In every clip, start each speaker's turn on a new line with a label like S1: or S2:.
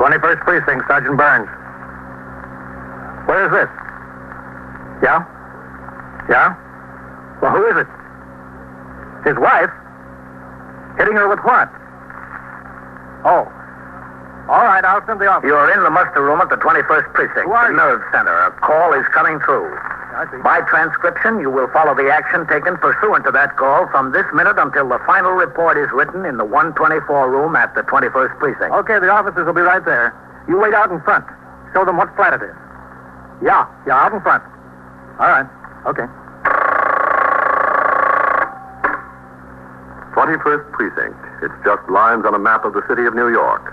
S1: 21st Precinct, Sergeant Burns. Where is this? Yeah? Yeah? Well, who is it? His wife? Hitting her with what? Oh. All right, I'll send the officer.
S2: You're in the muster room at the 21st Precinct,
S1: Who are you?
S2: the nerve center. A call is coming through.
S1: I see.
S2: By transcription, you will follow the action taken pursuant to that call from this minute until the final report is written in the 124 room at the 21st Precinct.
S1: Okay, the officers will be right there. You wait out in front. Show them what flat it is. Yeah, yeah, out in front. All right. Okay.
S3: 21st Precinct. It's just lines on a map of the city of New York.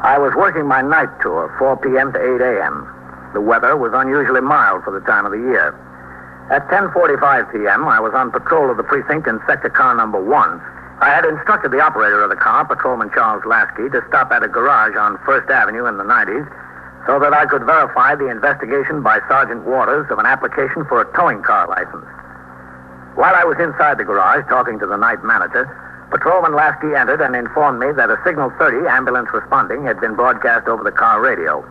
S2: I was working my night tour, 4 p.m. to 8 a.m. The weather was unusually mild for the time of the year. At 10:45 p.m., I was on patrol of the precinct in sector car number 1. I had instructed the operator of the car, patrolman Charles Lasky, to stop at a garage on 1st Avenue in the 90s so that I could verify the investigation by Sergeant Waters of an application for a towing car license. While I was inside the garage talking to the night manager, Patrolman Lasky entered and informed me that a Signal 30 ambulance responding had been broadcast over the car radio.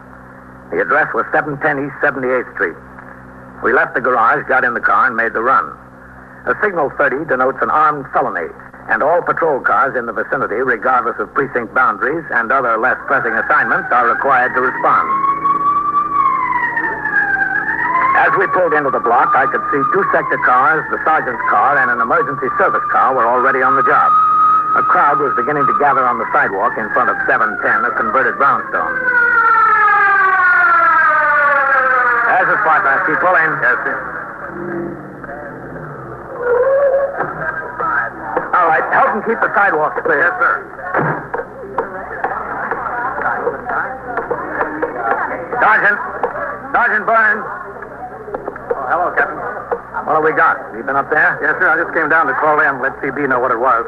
S2: The address was 710 East 78th Street. We left the garage, got in the car, and made the run. A Signal 30 denotes an armed felony, and all patrol cars in the vicinity, regardless of precinct boundaries and other less pressing assignments, are required to respond. As we pulled into the block, I could see two sector cars, the sergeant's car, and an emergency service car were already on the job. A crowd was beginning to gather on the sidewalk in front of 710, a converted brownstone. There's the spot, Lasky. Pull in. Yes, sir. All right. Help them keep the sidewalk clear. Yes, sir. Sergeant. Sergeant Burns.
S1: Oh, hello, Captain.
S2: What have we got? Have you been up there?
S1: Yes, sir. I just came down to call in, let CB know what it was.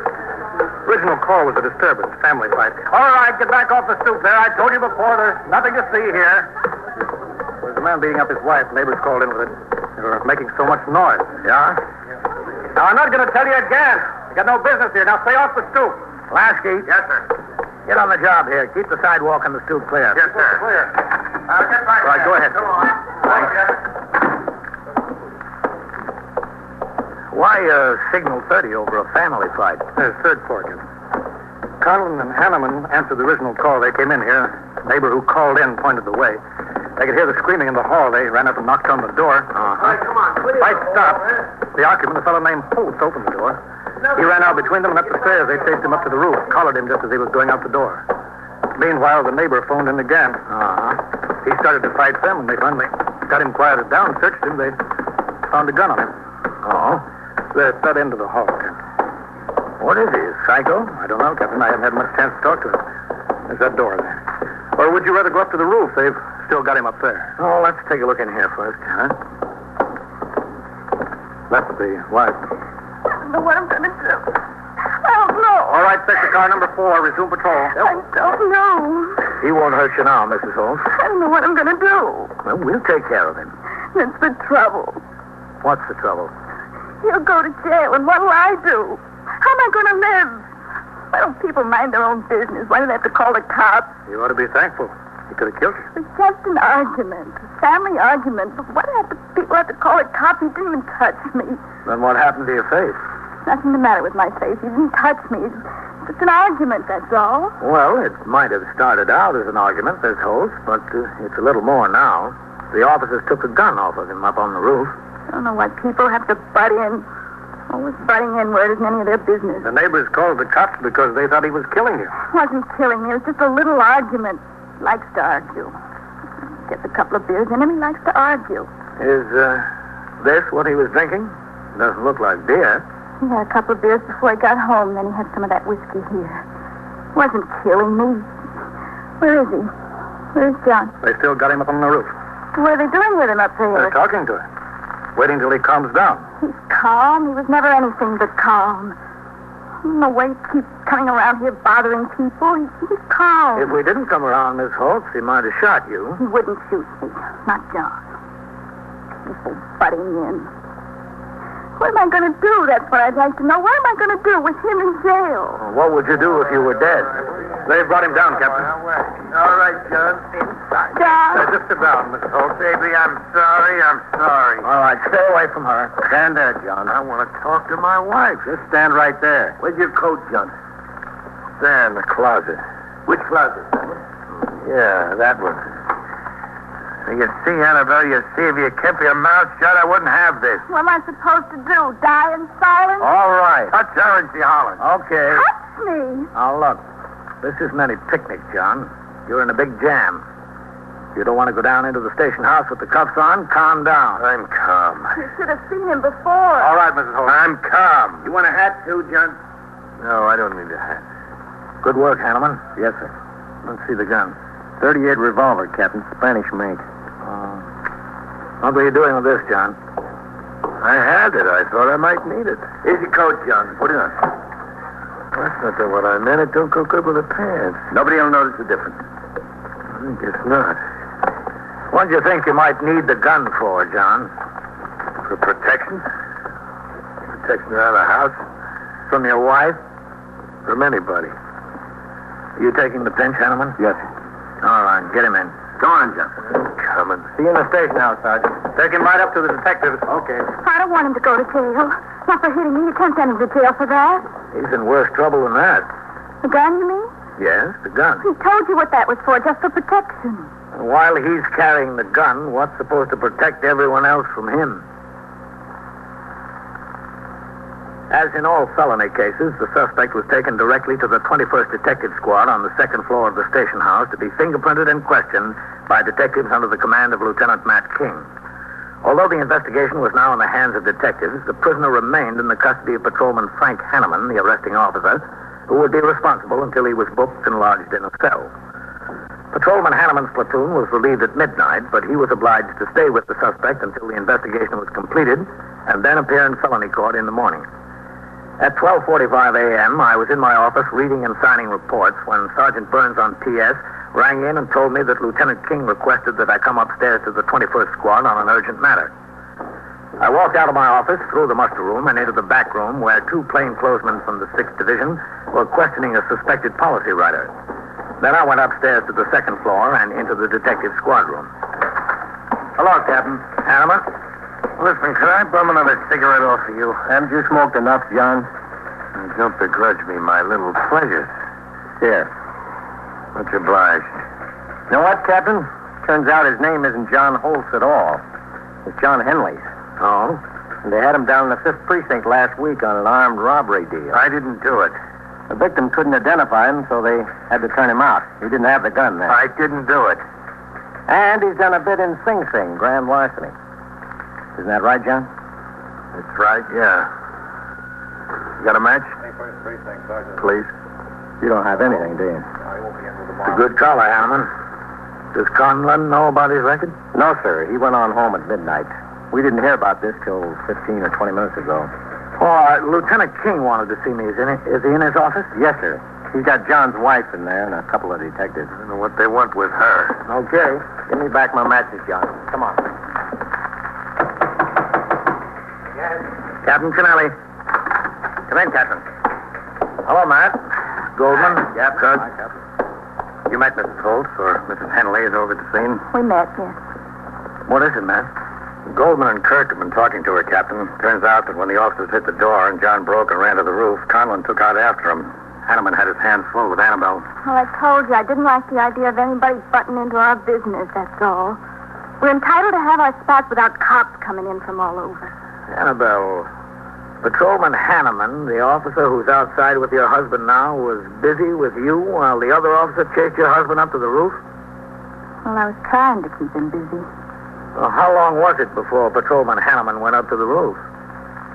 S1: Original call was a disturbance, family fight. All right, get back off the stoop there. I told you before, there's nothing to see here. There's a man beating up his wife. Neighbors called in with it. They were making so much noise.
S2: Yeah?
S1: Now, I'm not going to tell you again. I got no business here. Now, stay off the stoop.
S2: Lasky,
S1: Yes, sir.
S2: get on the job here. Keep the sidewalk and the stoop clear.
S1: Yes, sir. Clear. Now, get back
S2: Right, go ahead.
S1: Come on.
S2: Why uh, signal 30 over a family fight?
S1: There's Uh, third fork. Conlon and Hanneman answered the original call. They came in here. Neighbor who called in pointed the way. They could hear the screaming in the hall. They ran up and knocked on the door.
S2: Uh-huh.
S1: Fight stopped. The occupant, a fellow named Holtz, opened the door. He ran out between them and up the stairs. They chased him up to the roof, collared him just as he was going out the door. Meanwhile, the neighbor phoned in again.
S2: Uh-huh.
S1: He started to fight them, and they finally got him quieted down, searched him. They found a gun on him.
S2: Oh.
S1: They're at that end of the hall, Captain.
S2: What is he, a psycho?
S1: I don't know, Captain. I haven't had much chance to talk to him. There's that door there. Or would you rather go up to the roof? They've still got him up there.
S2: Oh, let's take a look in here first.
S1: Huh? That's the wife.
S4: I don't know what I'm going to do. I don't know.
S1: All right, sector car number four, resume patrol.
S4: I don't know.
S2: He won't hurt you now, Mrs. Holmes.
S4: I don't know what I'm going to do.
S2: Well, we'll take care of him.
S4: That's the trouble.
S2: What's the trouble?
S4: He'll go to jail, and what'll I do? How am I going to live? Why don't people mind their own business? Why do they have to call the cops?
S1: You ought to be thankful. He could have killed you.
S4: It's just an argument, a family argument. But what have the people have to call the cops? He didn't even touch me.
S2: Then what happened to your face?
S4: Nothing the matter with my face. He didn't touch me. It's just an argument, that's all.
S2: Well, it might have started out as an argument, Miss Holmes, but uh, it's a little more now. The officers took a gun off of him up on the roof.
S4: I don't know why people have to butt in. Always butting in where it isn't any of their business.
S1: The neighbors called the cops because they thought he was killing you.
S4: wasn't killing me. It was just a little argument. Likes to argue. Gets a couple of beers in him. He likes to argue.
S2: Is uh, this what he was drinking? Doesn't look like beer.
S4: He had a couple of beers before he got home. Then he had some of that whiskey here. Wasn't killing me. Where is he? Where's John?
S1: They still got him up on the roof.
S4: What are they doing with him up there?
S1: They're talking to him, waiting till he calms down.
S4: He's calm. He was never anything but calm. No way he keeps coming around here bothering people. He, he's calm.
S2: If we didn't come around, Miss Holtz, he might have shot you.
S4: He wouldn't shoot me. Not John. People butting in. What am I going to do? That's what I'd like to know. What am I going to do with him in jail?
S2: Well, What would you do if you were dead?
S1: They've brought him down, Captain.
S5: All right, John. Inside.
S4: John,
S1: just about, Miss Holtz.
S5: Baby, I'm sorry. I'm sorry.
S2: All right, stay away from her. Stand there, John.
S5: I want to talk to my wife.
S2: Just stand right there.
S5: Where's your coat, John?
S2: There in the closet.
S5: Which closet?
S2: Yeah, that one.
S5: You see, Annabelle, you see, if you kept your mouth shut, I wouldn't have this.
S4: what am I supposed to do? Die in silence?
S2: All right.
S5: Touch her and she hollers.
S2: Okay.
S4: Touch me.
S2: Now look, this isn't any picnic, John. You're in a big jam. If you don't want to go down into the station house with the cuffs on, calm down.
S5: I'm calm.
S4: You should have seen him before.
S1: All right, Mrs. Holtz.
S5: I'm calm.
S2: You want a hat too, John?
S5: No, I don't need a hat.
S2: Good work, Hanneman. Yes, sir. Let's see the gun. 38 revolver, Captain. Spanish make. Uh, what were you doing with this, John?
S5: I had it. I thought I might need it. Here's your coat, John. Put it on. That's not the one I meant. It don't go good with the pants.
S3: Nobody will notice the difference.
S5: I guess not.
S2: What do you think you might need the gun for, John?
S5: For protection? Protection around the house?
S2: From your wife?
S5: From anybody.
S2: You taking the pinch, Hanneman?
S3: Yes.
S2: All right, get him in.
S3: Go on, Johnson.
S5: Coming.
S2: See you in the station house, Sergeant.
S1: Take him right up to the detectives. Okay.
S4: I don't want him to go to jail. Not for hitting me. You can't send him to jail for that.
S2: He's in worse trouble than that.
S4: The gun, you mean?
S2: Yes, the gun.
S4: He told you what that was for, just for protection.
S2: While he's carrying the gun, what's supposed to protect everyone else from him? As in all felony cases, the suspect was taken directly to the 21st Detective Squad on the second floor of the station house to be fingerprinted and questioned by detectives under the command of Lieutenant Matt King. Although the investigation was now in the hands of detectives, the prisoner remained in the custody of Patrolman Frank Hanneman, the arresting officer, who would be responsible until he was booked and lodged in a cell. Patrolman Hanneman's platoon was relieved at midnight, but he was obliged to stay with the suspect until the investigation was completed and then appear in felony court in the morning. At 12:45 a.m., I was in my office reading and signing reports when Sergeant Burns on PS rang in and told me that Lieutenant King requested that I come upstairs to the 21st Squad on an urgent matter. I walked out of my office, through the muster room, and into the back room where two plainclothesmen from the 6th Division were questioning a suspected policy writer. Then I went upstairs to the second floor and into the detective squad room.
S5: Hello, Captain.
S2: Hanneman?
S5: Listen, could I bum another cigarette off of you? Haven't you smoked enough, John? Don't begrudge me my little pleasures. Here. Much obliged. You know what, Captain? Turns out his name isn't John Holtz at all. It's John Henley's.
S2: Oh?
S5: And they had him down in the 5th Precinct last week on an armed robbery deal. I didn't do it. The victim couldn't identify him, so they had to turn him out. He didn't have the gun then. I didn't do it. And he's done a bit in Sing Sing, grand larceny. Isn't that right, John? That's right, yeah. You got a match? Please. You don't have anything, do you?
S2: It's a good collar, Hanneman. Does Conlon know about his record?
S5: No, sir. He went on home at midnight. We didn't hear about this till 15 or 20 minutes ago.
S2: Oh, uh, Lieutenant King wanted to see me. Is, in is he in his office?
S5: Yes, sir. He's got John's wife in there and a couple of detectives. I don't know what they want with her.
S2: Okay.
S5: Give me back my matches, John. Come on.
S2: Captain Kennelly.
S5: Come in, Captain.
S2: Hello, Matt. Goldman.
S5: Yeah, Captain. You met Mrs. Holtz, or Mrs. Henley is over at the scene.
S4: We met, yes.
S2: What is it, Matt?
S5: Goldman and Kirk have been talking to her, Captain. Turns out that when the officers hit the door and John broke and ran to the roof, Conlon took out after him. Hanneman had his hands full with Annabelle.
S4: Well, I told you I didn't like the idea of anybody butting into our business, that's all. We're entitled to have our spots without cops coming in from all over.
S2: Annabelle. Patrolman Hanneman, the officer who's outside with your husband now, was busy with you while the other officer chased your husband up to the roof?
S4: Well, I was trying to keep him busy.
S2: Well, how long was it before Patrolman Hanneman went up to the roof?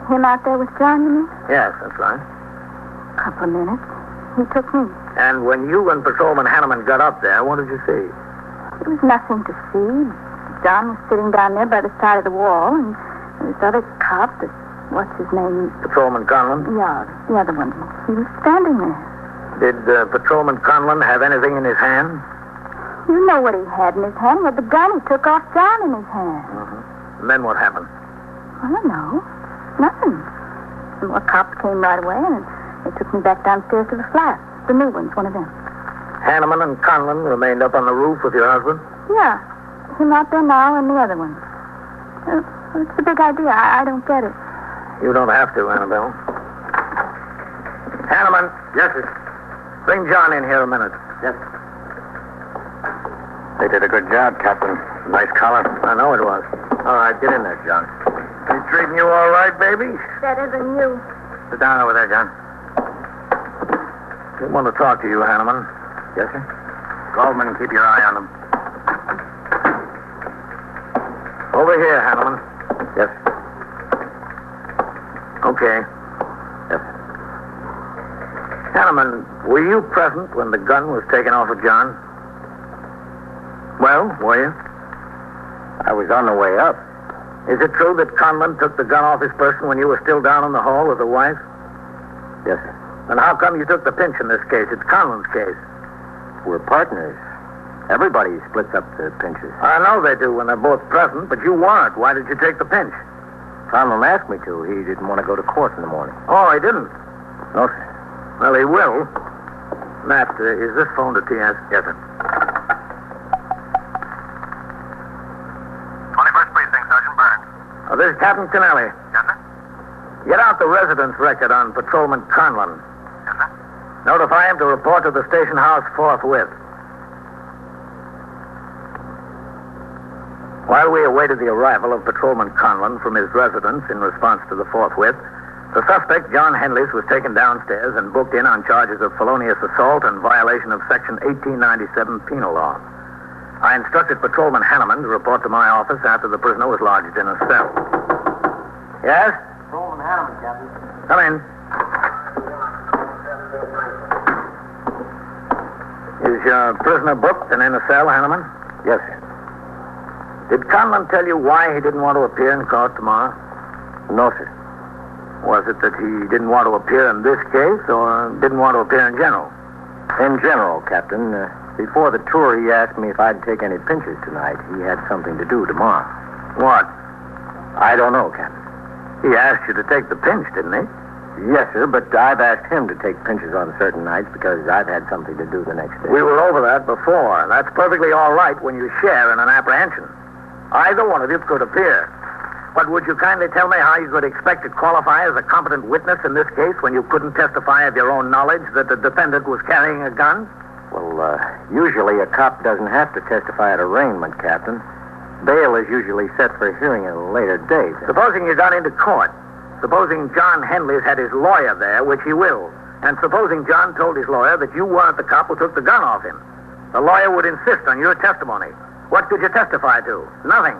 S4: Him out there with John, you mean?
S2: Yes, that's right.
S4: A couple of minutes. He took me.
S2: And when you and Patrolman Hanneman got up there, what did you see?
S4: There was nothing to see. John was sitting down there by the side of the wall, and this other cop, this, what's his name?
S2: Patrolman Conlon?
S4: Yeah, the other one. He was standing there.
S2: Did uh, Patrolman Conlon have anything in his hand?
S4: You know what he had in his hand. He had the gun he took off John in his hand.
S2: And then what happened?
S4: I don't know. Nothing. And the cops came right away, and they took me back downstairs to the flat. The new ones, one of them.
S2: Hanneman and Conlon remained up on the roof with your husband?
S4: Yeah. Him out there now and the other one. Uh, What's the big idea? I, I don't get it.
S2: You don't have to, Annabelle. Hanneman. Yes, sir. Bring John in here a minute.
S5: They did a good job, Captain. Nice collar.
S2: I know it was. All right, get in there, John. They treating you all right, baby?
S4: Better than you.
S2: Sit down over there, John. We want to talk to you, Hanneman. Yes, sir? Goldman, keep your eye on him. Over here, Hanneman. Yes. Okay. Yes. Hanneman, were you present when the gun was taken off of John? Well, were you?
S5: I was on the way up.
S2: Is it true that Conlon took the gun off his person when you were still down in the hall with the wife?
S5: Yes, sir.
S2: Then how come you took the pinch in this case? It's Conlon's case.
S5: We're partners. Everybody splits up the pinches.
S2: I know they do when they're both present, but you weren't. Why did you take the pinch?
S5: Conlon asked me to. He didn't want to go to court in the morning.
S2: Oh, he didn't.
S5: No, sir.
S2: Well, he will. Matt, uh, is this phone to TS? Yes, sir.
S6: 21st Precinct, Sergeant Burns.
S2: Uh, this is Captain Kennelly.
S6: Yes, sir?
S2: Get out the residence record on Patrolman Conlon.
S6: Yes, sir.
S2: Notify him to report to the station house forthwith. While we awaited the arrival of Patrolman Conlon from his residence in response to the forthwith, the suspect, John Henleys, was taken downstairs and booked in on charges of felonious assault and violation of Section 1897 penal law. I instructed Patrolman Hanneman to report to my office after the prisoner was lodged in a cell. Yes?
S6: Roland Hanneman, Captain.
S2: Come in. Is your prisoner booked and in a cell, Hanneman?
S5: Yes, sir.
S2: Did Conlon tell you why he didn't want to appear in court tomorrow?
S5: No, sir.
S2: Was it that he didn't want to appear in this case or didn't want to appear in general?
S5: In general, Captain, uh, before the tour, he asked me if I'd take any pinches tonight. He had something to do tomorrow.
S2: What?
S5: I don't know, Captain.
S2: He asked you to take the pinch, didn't he?
S5: Yes, sir, but I've asked him to take pinches on certain nights because I've had something to do the next day.
S2: We were over that before. That's perfectly all right when you share in an apprehension. Either one of you could appear. But would you kindly tell me how you could expect to qualify as a competent witness in this case when you couldn't testify of your own knowledge that the defendant was carrying a gun?
S5: Well, uh, usually a cop doesn't have to testify at arraignment, Captain. Bail is usually set for a hearing at a later date.
S2: Supposing you got into court, supposing John Henley's had his lawyer there, which he will, and supposing John told his lawyer that you weren't the cop who took the gun off him, the lawyer would insist on your testimony. What could you testify to? Nothing.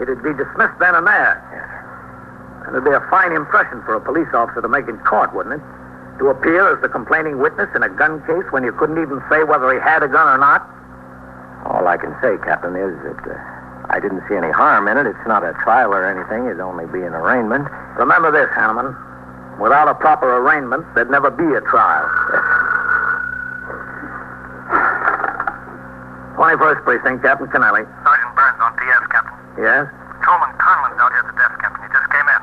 S2: It'd be dismissed then and there. Yes. It'd be a fine impression for a police officer to make in court, wouldn't it? To appear as the complaining witness in a gun case when you couldn't even say whether he had a gun or not?
S5: All I can say, Captain, is that uh, I didn't see any harm in it. It's not a trial or anything. It'd only be an arraignment.
S2: Remember this, Hanneman. Without a proper arraignment, there'd never be a trial. 21st Precinct, Captain Kennelly.
S6: Sergeant Burns on TS, Captain.
S2: Yes?
S6: Patrolman Conlon's out here at the desk, Captain. He just came in.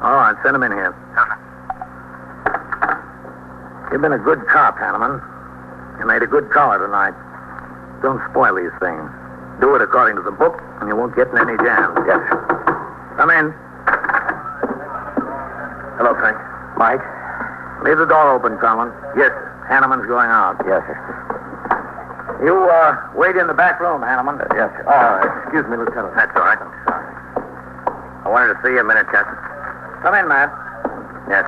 S2: All right, Oh, send him in here.
S6: Yes, sir.
S2: You've been a good cop, Hanneman. You made a good collar tonight. Don't spoil these things. Do it according to the book, and you won't get in any jams. Yes. Come in. Hello, Frank.
S5: Mike?
S2: Leave the door open, Conlon.
S5: Yes.
S2: Hanneman's going out.
S5: Yes, sir.
S2: You, uh, wait in the back room, Hanneman.
S5: Yes, sir. Oh, excuse me, Lieutenant.
S2: That's all right. I'm sorry. I wanted to see you a minute, Captain. Come in, Matt. Yes.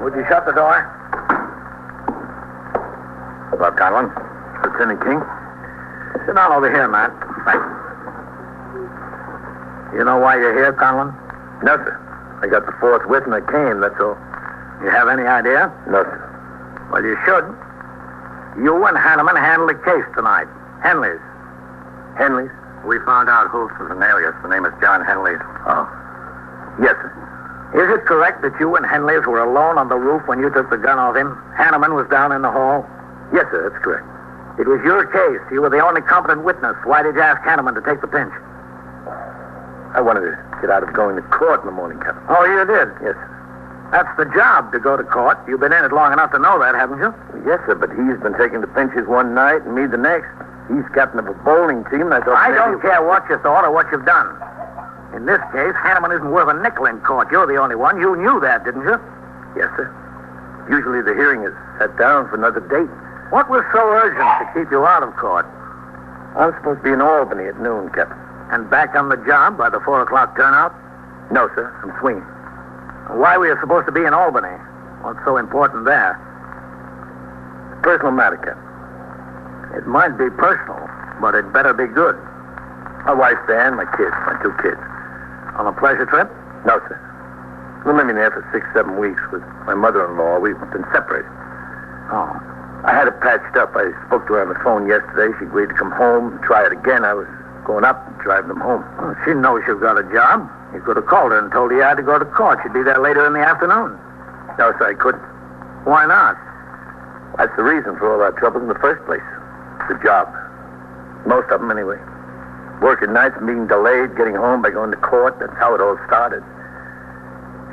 S2: Would you shut the door?
S5: Well, Conlon. Lieutenant King?
S2: Sit down over here, Matt. Thanks. You know why you're here, Conlon?
S5: No, sir. I got the fourth with and I came, that's all.
S2: You have any idea?
S5: No, sir.
S2: Well, you should. You and Hanneman handled the case tonight. Henley's.
S5: Henley's?
S2: We found out Holtz was an alias. The name is John Henleys. Oh. Yes, sir. Is it correct that you and Henleys were alone on the roof when you took the gun off him? Hanneman was down in the hall? Yes, sir, that's correct. It was your case. You were the only competent witness. Why did you ask Hanneman to take the pinch?
S3: I wanted to get out of going to court in the morning, Captain.
S2: Oh, you did?
S3: Yes.
S2: That's the job, to go to court. You've been in it long enough to know that, haven't you?
S3: Yes, sir, but he's been taking the pinches one night and me the next. He's captain of a bowling team. and I thought
S2: I
S3: maybe-
S2: don't care what you thought or what you've done. In this case, Hanneman isn't worth a nickel in court. You're the only one. You knew that, didn't you?
S3: Yes, sir. Usually the hearing is set down for another date.
S2: What was so urgent to keep you out of court
S3: I'm supposed to be in Albany at noon, Captain.
S2: and back on the job by the four o'clock turnout?
S3: No, sir. I'm swinging.
S2: Why were you supposed to be in Albany? What's so important there?
S3: Personal matter, Captain.
S2: It might be personal, but it better be good.
S3: My wife, Dan, my kids, my two kids.
S2: On a pleasure trip?
S3: No, sir. We're living there for six, seven weeks with my mother-in-law. We've been separated.
S2: Oh.
S3: I had it patched up. I spoke to her on the phone yesterday. She agreed to come home and try it again. I was going up and driving them home.
S2: Well, she knows you've got a job. You could have called her and told her you had to go to court. She'd be there later in the afternoon.
S3: No, sir, I couldn't.
S2: Why not?
S3: That's the reason for all our trouble in the first place. The job. Most of them, anyway. Working nights, being delayed, getting home by going to court. That's how it all started.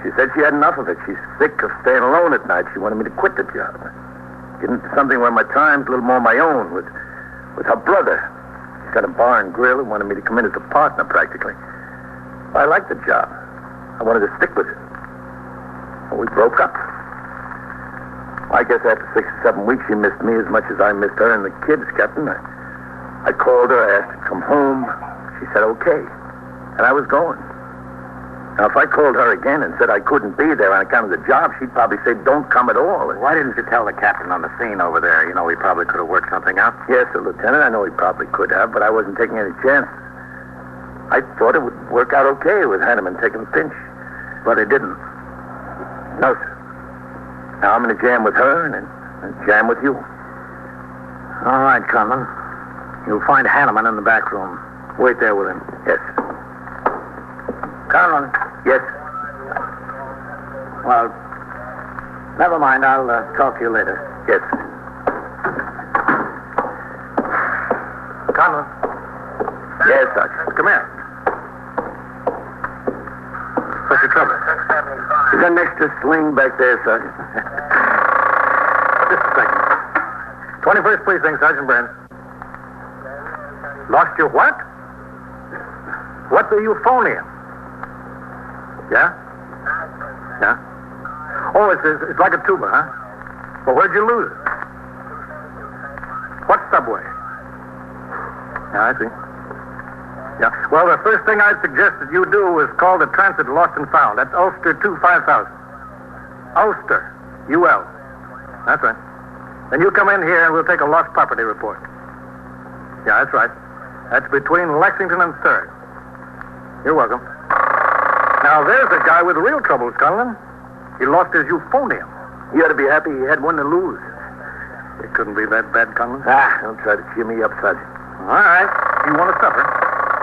S3: She said she had enough of it. She's sick of staying alone at night. She wanted me to quit the job. Get into something where my time's a little more my own with, with her brother. She's got a bar and grill and wanted me to come in as a partner, practically. I liked the job. I wanted to stick with it. Well, we broke up. I guess after six or seven weeks, she missed me as much as I missed her and the kids, Captain. I, I called her, I asked her to come home. She said okay, and I was going. Now, if I called her again and said I couldn't be there on account of the job, she'd probably say, don't come at all.
S2: Why didn't you tell the captain on the scene over there? You know, we probably could have worked something out.
S3: Yes, sir, Lieutenant, I know he probably could have, but I wasn't taking any chances. I thought it would work out okay with Hanneman taking the pinch.
S2: But it didn't.
S3: No, sir. Now I'm in a jam with her and in a jam with you.
S2: All right, Conlon. You'll find Hanneman in the back room. Wait there with him.
S3: Yes.
S2: Conlon.
S3: Yes.
S2: Well, never mind. I'll uh, talk to you later.
S3: Yes.
S2: Conlon.
S3: Yes, Sergeant.
S2: Come here. What's the trouble?
S3: Is that an extra sling back there, Sergeant?
S2: Just a second. 21st Precinct, Sergeant Burns. Lost your what? What were you phoning? Yeah? Yeah? Oh, it's, it's, it's like a tuba, huh? Well, where'd you lose it? What subway? Yeah, I see. Yeah. Well, the first thing I'd suggest that you do is call the transit lost and found. That's Ulster 25000. Ulster. UL. That's right. Then you come in here and we'll take a lost property report. Yeah, that's right. That's between Lexington and Third. You're welcome. Now, there's a guy with real troubles, Conlon. He lost his euphonium.
S3: You ought to be happy he had one to lose.
S2: It couldn't be that bad, Conlon.
S3: Ah, don't try to cheer me up, Sergeant.
S2: All right. You want to suffer?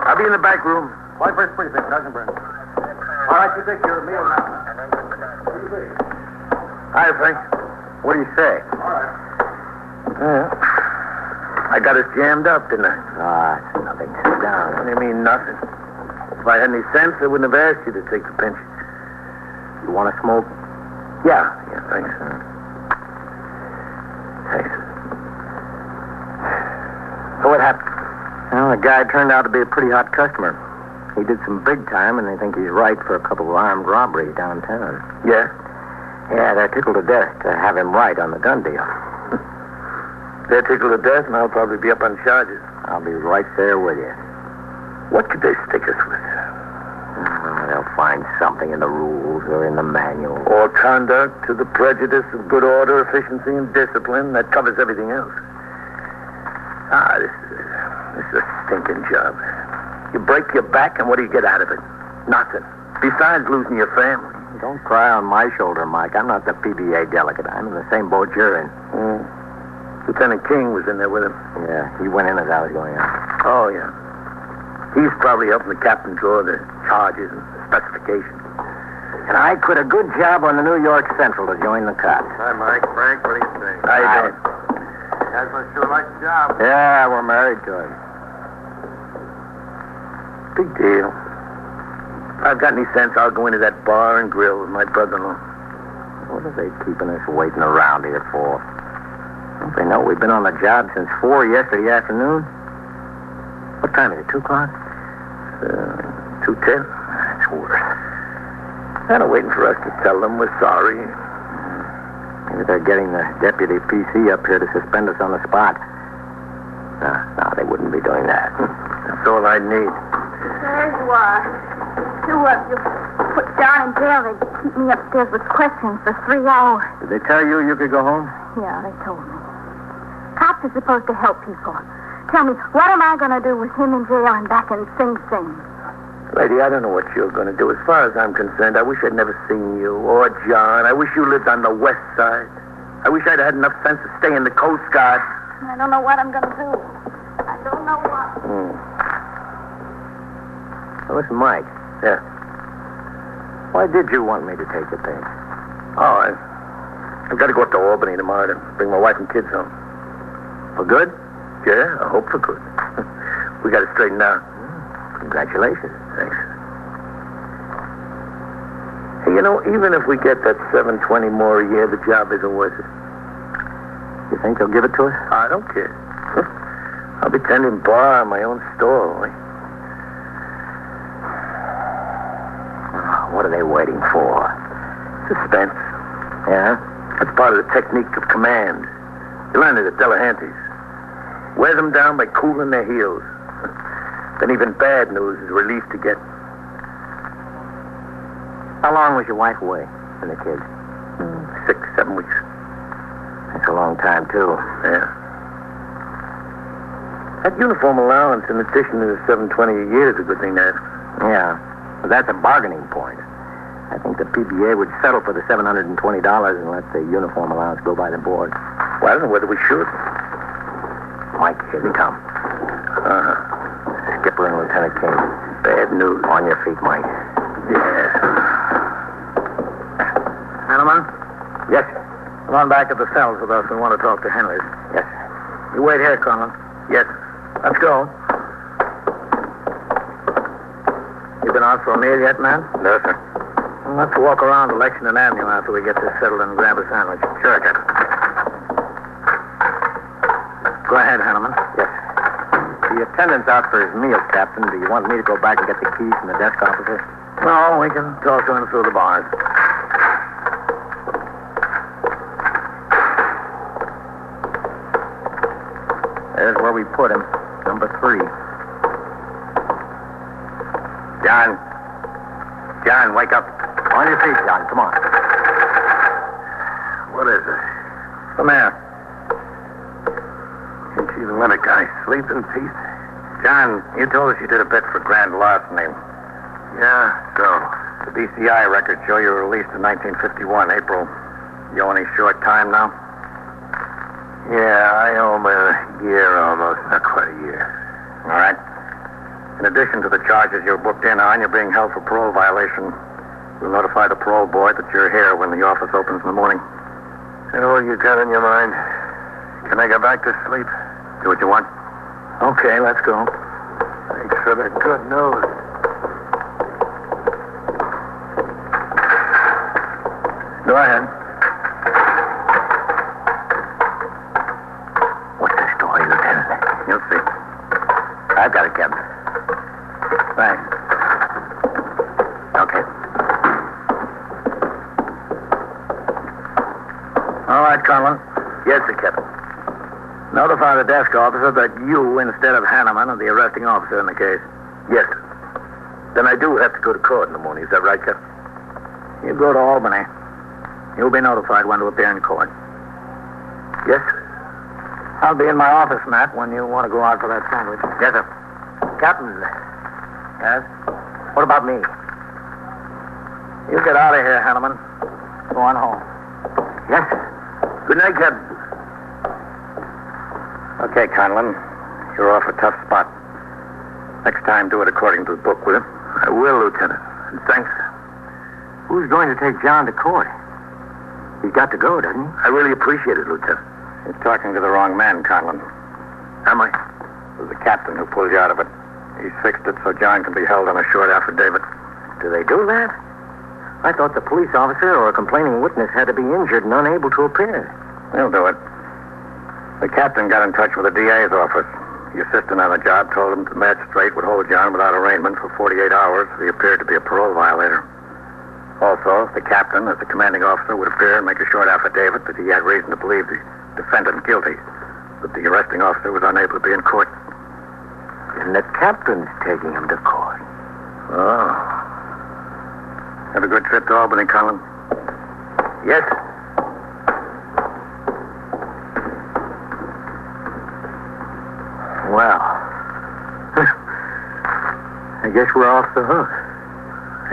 S3: I'll be in the back room.
S2: Why first precinct, Sergeant Burns? All right, you take your meal now.
S3: Hi, Frank. What do you say?
S5: Yeah.
S3: I got us jammed up, didn't I?
S5: Ah, it's nothing. Sit down.
S3: What do you mean, nothing? If I had any sense, I wouldn't have asked you to take the pinch.
S5: You want to smoke?
S3: Yeah, yeah, thanks. Thanks. So what happened?
S5: Well, the guy turned out to be a pretty hot customer. He did some big time, and they think he's right for a couple of armed robberies downtown.
S3: Yeah?
S5: Yeah, they're tickled to death to have him right on the gun deal.
S3: They're tickled to death, and I'll probably be up on charges.
S5: I'll be right there with you.
S3: What could they stick us with?
S5: Ah, they'll find something in the rules or in the manual.
S3: Or conduct to the prejudice of good order, efficiency, and discipline. That covers everything else. Ah, this is, this is a stinking job. You break your back, and what do you get out of it? Nothing. Besides losing your family.
S5: Don't cry on my shoulder, Mike. I'm not the PBA delegate. I'm in the same boat you're in.
S2: Mm.
S3: Lieutenant King was in there with him.
S5: Yeah, he went in as I was going out.
S3: Oh, yeah.
S2: He's probably helping the captain draw the charges and specifications.
S5: And I quit a good job on the New York Central to join the cops.
S6: Hi, Mike. Frank, what do you think?
S2: How you
S5: Aye.
S2: doing?
S6: Asma sure likes the job.
S5: Yeah, we're married to him.
S2: Big deal. If I've got any sense, I'll go into that bar and grill with my brother-in-law.
S5: What are they keeping us waiting around here for? Don't they know we've been on the job since four yesterday afternoon? What time is it? Two o'clock? Uh,
S2: Two ten? That's worse. They're waiting for us to tell them we're sorry.
S5: Maybe they're getting the deputy PC up here to suspend us on the spot. No, no, they wouldn't be doing that.
S2: That's all I need.
S4: There you are. Two of you put down in jail. They keep me upstairs with questions for three hours.
S5: Did they tell you you could go home?
S4: Yeah, they told me. Cops are supposed to help people. Tell me, what am I going to do with him in jail and back in Sing Sing?
S2: Lady, I don't know what you're going to do. As far as I'm concerned, I wish I'd never seen you or John. I wish you lived on the west side. I wish I'd had enough sense to stay in the Coast Guard.
S4: I don't know what I'm going to do. I don't know what.
S5: Well, listen, Mike.
S2: Yeah.
S5: Why did you want me to take the thing?
S2: Oh, I, I've got to go up to Albany tomorrow to bring my wife and kids home.
S5: For good?
S2: Yeah, I hope for good. we got to straighten out.
S5: Congratulations.
S2: Thanks. Hey, you know, even if we get that 720 more a year, the job isn't worth it.
S5: You think they'll give it to us?
S2: I don't care. I'll be tending bar in my own store.
S5: Oh, what are they waiting for?
S2: Suspense.
S5: Yeah?
S2: That's part of the technique of command. You learn it at Delahanty's. Wear them down by cooling their heels. Then even bad news is relief to get.
S5: How long was your wife away and the kids?
S2: Six, seven weeks.
S5: That's a long time, too.
S2: Yeah. That uniform allowance, in addition to the 720 a year, is a good thing to have.
S5: Yeah. But that's a bargaining point. I think the PBA would settle for the $720 and let the uniform allowance go by the board.
S2: Well, I don't know whether we should.
S5: Mike, here they come.
S2: Uh-huh.
S5: Skipper and Lieutenant King.
S2: Bad news.
S5: On your feet, Mike.
S2: Yeah. Gentlemen?
S5: Yes, sir.
S2: Come on back to the cells with us. We want to talk to Henry.
S5: Yes, sir.
S2: You wait here, Conlon. Yes. Let's go. You been out for a meal yet, man?
S3: No, sir.
S2: Well, Let's walk around to Lexington Avenue after we get this settled and grab a sandwich. Sure, Captain. Go ahead, Hanneman.
S5: Yes, sir. The attendant's out for his meal, Captain. Do you want me to go back and get the keys from the desk officer?
S2: No, we can talk to him through the bars.
S5: There's where we put him. Number three.
S2: John. John, wake up.
S5: On your feet, John. Come on.
S2: What is it? Come here. Can't you even let a guy sleep in peace? John, you told us you did a bit for grand larceny. Yeah, so. The BCI records show you were released in 1951, April. You owe any short time now? Yeah, I owe him a year almost, not quite a year. All right. In addition to the charges you're booked in on, you're being held for parole violation. We'll notify the parole board that you're here when the office opens in the morning. Is that all you got in your mind? Can I go back to sleep? Do what you want. Okay, let's go. Thanks for the good news. Go ahead. What's the story, Lieutenant? You'll see. I've got it, Captain. Thanks. Okay. All right, Conlon. Yes, sir, Captain. Notify the desk officer that you, instead of Hanneman, are the arresting officer in the case. Yes, sir. Then I do have to go to court in the morning. Is that right, Captain? You go to Albany. You'll be notified when to appear in court. Yes, sir. I'll be in my office, Matt, when you want to go out for that sandwich. Yes, sir. Captain. Yes? What about me? You get out of here, Hanneman. Go on home. Yes, Good night, Captain. Okay, Conlon. You're off a tough spot. Next time, do it according to the book, will you?
S3: I will, Lieutenant.
S2: Thanks.
S5: Who's going to take John to court? He's got to go, doesn't he?
S2: I really appreciate it, Lieutenant. You're talking to the wrong man, Conlon.
S3: Am I?
S2: It was the captain who pulled you out of it. He fixed it so John can be held on a short affidavit.
S5: Do they do that? I thought the police officer or a complaining witness had to be injured and unable to appear.
S2: They'll do it. The captain got in touch with the DA's office. The assistant on the job told him the magistrate would hold John without arraignment for 48 hours if he appeared to be a parole violator. Also, the captain, as the commanding officer, would appear and make a short affidavit that he had reason to believe the defendant guilty, but the arresting officer was unable to be in court.
S5: And the captain's taking him to court.
S2: Oh. Have a good trip to Albany, Colin.
S5: Yes. Well, I guess we're off the hook.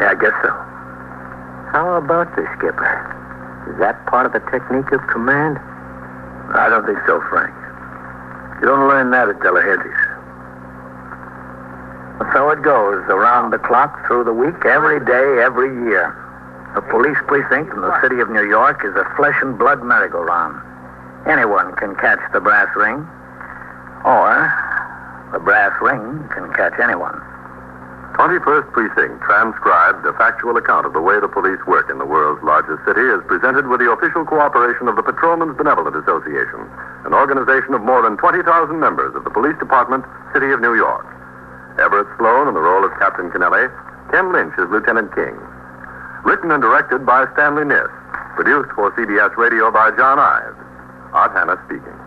S2: Yeah, I guess so.
S5: How about the skipper? Is that part of the technique of command?
S2: I don't think so, Frank. You don't learn that at Delahunty's. So it goes around the clock, through the week, every day, every year. A police precinct in the city of New York is a flesh and blood merry-go-round. Anyone can catch the brass ring, or the brass ring can catch anyone.
S3: 21st Precinct, transcribed, a factual account of the way the police work in the world's largest city, is presented with the official cooperation of the Patrolmen's Benevolent Association, an organization of more than 20,000 members of the Police Department, City of New York. Everett Sloan in the role of Captain Kennelly, Ken Lynch as Lieutenant King. Written and directed by Stanley Niss. Produced for CBS Radio by John Ives. Art Hanna speaking.